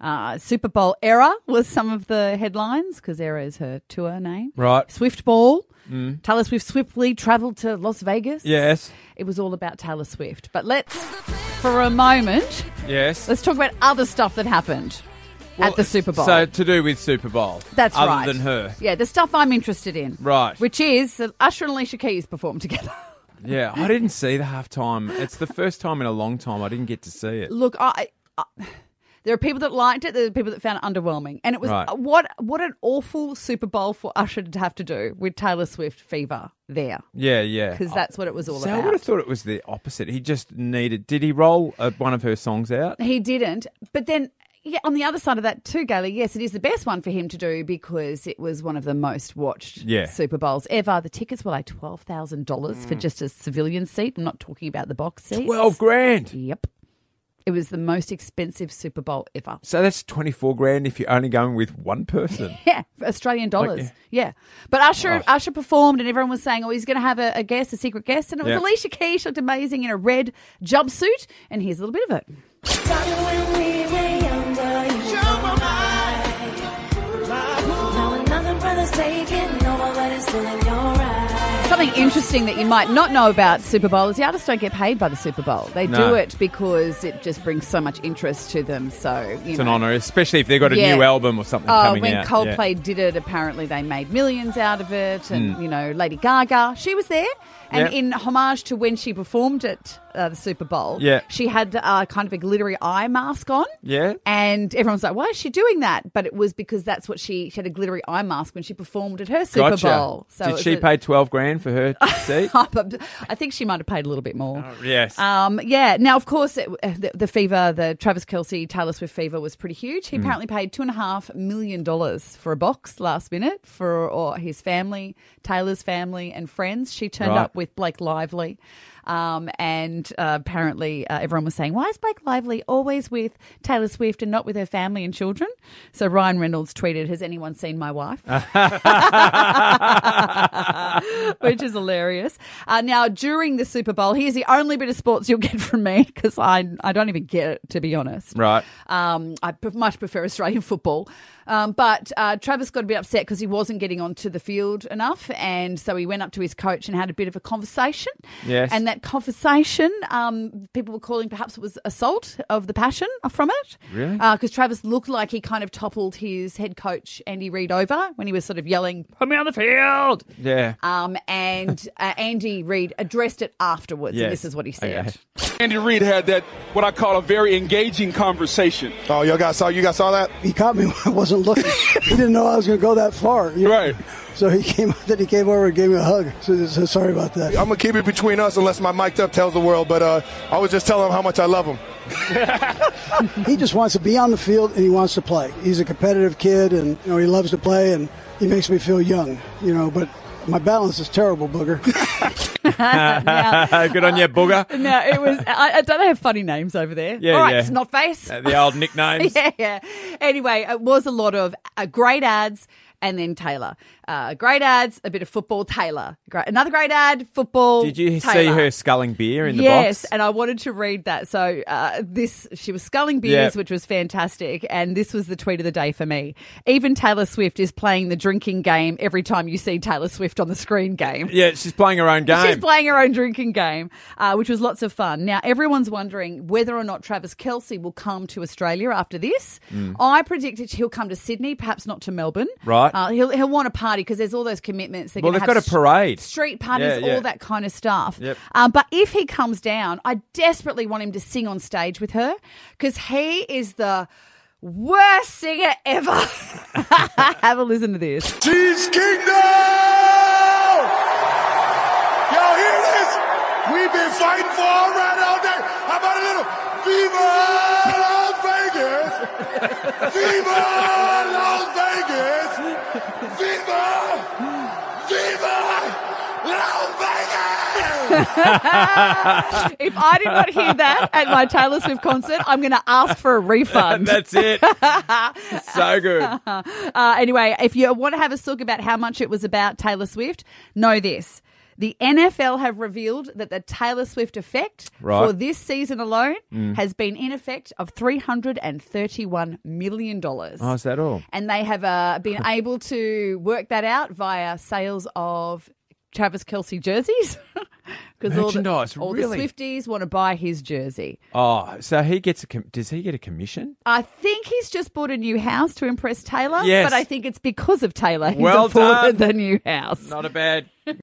Uh, Super Bowl era was some of the headlines because era is her tour name. Right. Swift Ball. Mm. Taylor Swift swiftly travelled to Las Vegas. Yes. It was all about Taylor Swift. But let's, for a moment, Yes. let's talk about other stuff that happened at the Super Bowl. So to do with Super Bowl. That's other right. Other than her. Yeah, the stuff I'm interested in. Right. Which is that Usher and Alicia Keys performed together. Yeah. I didn't see the halftime. It's the first time in a long time I didn't get to see it. Look, I, I there are people that liked it, there are people that found it underwhelming, and it was uh, Right. what what an awful Super Bowl for Usher to have to do with Taylor Swift fever there Yeah, yeah. because that's what it was all so I about. would have thought it was the opposite. He just needed. Did he roll uh, one of her songs out? He didn't. But then, yeah, on the other side of that too, Gailey, yes, it is the best one for him to do because it was one of the most watched Yeah. Mm. Super Bowls ever. The tickets were like twelve thousand dollars for just a civilian seat. I'm not talking about the box seat. Twelve grand. Yep. It was the most expensive Super Bowl ever. So that's twenty four grand if you're only going with one person. Yeah, for Australian dollars. yeah. But Usher Oh. Usher performed and everyone was saying, oh, he's going to have a, a guest, a secret guest. And it was Yeah. Alicia Keys. She looked amazing in a red jumpsuit. And here's a little bit of it. Something interesting that you might not know about Super Bowl is the artists don't get paid by the Super Bowl. They No. do it because it just brings so much interest to them. So you It's know. an honour, especially if they've got a Yeah. new album or something Oh, coming when out. Yeah. Coldplay did it, apparently they made millions out of it. And, you know, Lady Gaga, she was there. And Hmm. Yeah. in homage to when she performed at uh, the Super Bowl, Yeah. she had uh, kind of a glittery eye mask on. Yeah. And everyone's like, why is she doing that? But it was because that's what she, she had a glittery eye mask when she performed at her Super Gotcha. Bowl. So it Did was she a- Uh, pay twelve grand for her seat? I think she might have paid a little bit more. yes. Um, yeah. Now, of course, it, uh, the, the fever, the Travis Kelsey Taylor Swift fever was pretty huge. Mm. He apparently paid two and a half million dollars for a box last minute for or his family, Taylor's family and friends. She turned Right. up with Blake Lively. Um, and uh, apparently, uh, everyone was saying, Why is Blake Lively always with Taylor Swift and not with her family and children? So Ryan Reynolds tweeted, Has anyone seen my wife? which is hilarious. Uh, now, during the Super Bowl, here's the only bit of sports you'll get from me because I, I don't even get it, to be honest. right. Um, I pre- much prefer Australian football. Um, but uh, Travis got a bit upset because he wasn't getting onto the field enough. And so he went up to his coach and had a bit of a conversation. Yes. And that conversation, um, people were calling perhaps it was assault of the passion from it. Really? Because Travis looked like he kind of toppled his head coach, Andy Reid, over when he was sort of yelling, Put me on the field. Yeah. Um, and uh, Andy Reid addressed it afterwards, Yes. and this is what he said. Okay. Andy Reid had that what I call a very engaging conversation. Oh, you guys saw you guys saw that? He caught me when I wasn't looking. he didn't know I was going to go that far. you know. Right. So he came. Then he came over and gave me a hug. So, so sorry about that. I'm gonna keep it between us unless my mic'd up tells the world. But uh, I was just telling him how much I love him. He just wants to be on the field and he wants to play. He's a competitive kid and you know he loves to play and he makes me feel young. You know, but my balance is terrible, booger. Uh, Good on you, booger. No, it was. I, I don't they have funny names over there. Yeah, All right, yeah. it's not face. Uh, the old nicknames. yeah, yeah. Anyway, it was a lot of uh, great ads and then Taylor. Uh, great ads, a bit of football. Taylor, great, another great ad. Football. Did you see Taylor. her sculling beer in the yes, box? and I wanted to read that. So uh, this, she was sculling beers, Yeah. which was fantastic. And this was the tweet of the day for me. Even Taylor Swift is playing the drinking game every time you see Taylor Swift on the screen. Game. Yeah, she's playing her own game. She's playing her own drinking game, uh, which was lots of fun. Now, everyone's wondering whether or not Travis Kelsey will come to Australia after this. I predicted he'll come to Sydney, perhaps not to Melbourne. Hmm. Right. Uh, he'll, he'll want a party because there's all those commitments. They're Well, gonna they've have got a st- parade. Street parties, Yeah, yeah. all that kind of stuff. Yep. Um, but if he comes down, I desperately want him to sing on stage with her because he is the worst singer ever. have a listen to this. Cheese Kingdom! Y'all hear this? We've been fighting for our right all day. How about a little Viva Las Vegas? Viva Las Vegas! Viva! Viva Las Vegas! If I did not hear that at my Taylor Swift concert, I'm going to ask for a refund. That's it. so good. Uh, anyway, if you want to have a sook about how much it was about Taylor Swift, know this. The NFL have revealed that the Taylor Swift effect Right. Mm. for this season alone has been in effect of $331 million. Oh, is that all? and they have uh, been able to work that out via sales of Travis Kelsey jerseys. Because all, the, Merchandise, all really? the Swifties want to buy his jersey. Oh, so he gets a com- does he get a commission? I think he's just bought a new house to impress Taylor, Yes. but I think it's because of Taylor he's Well afforded done. the new house. Not a bad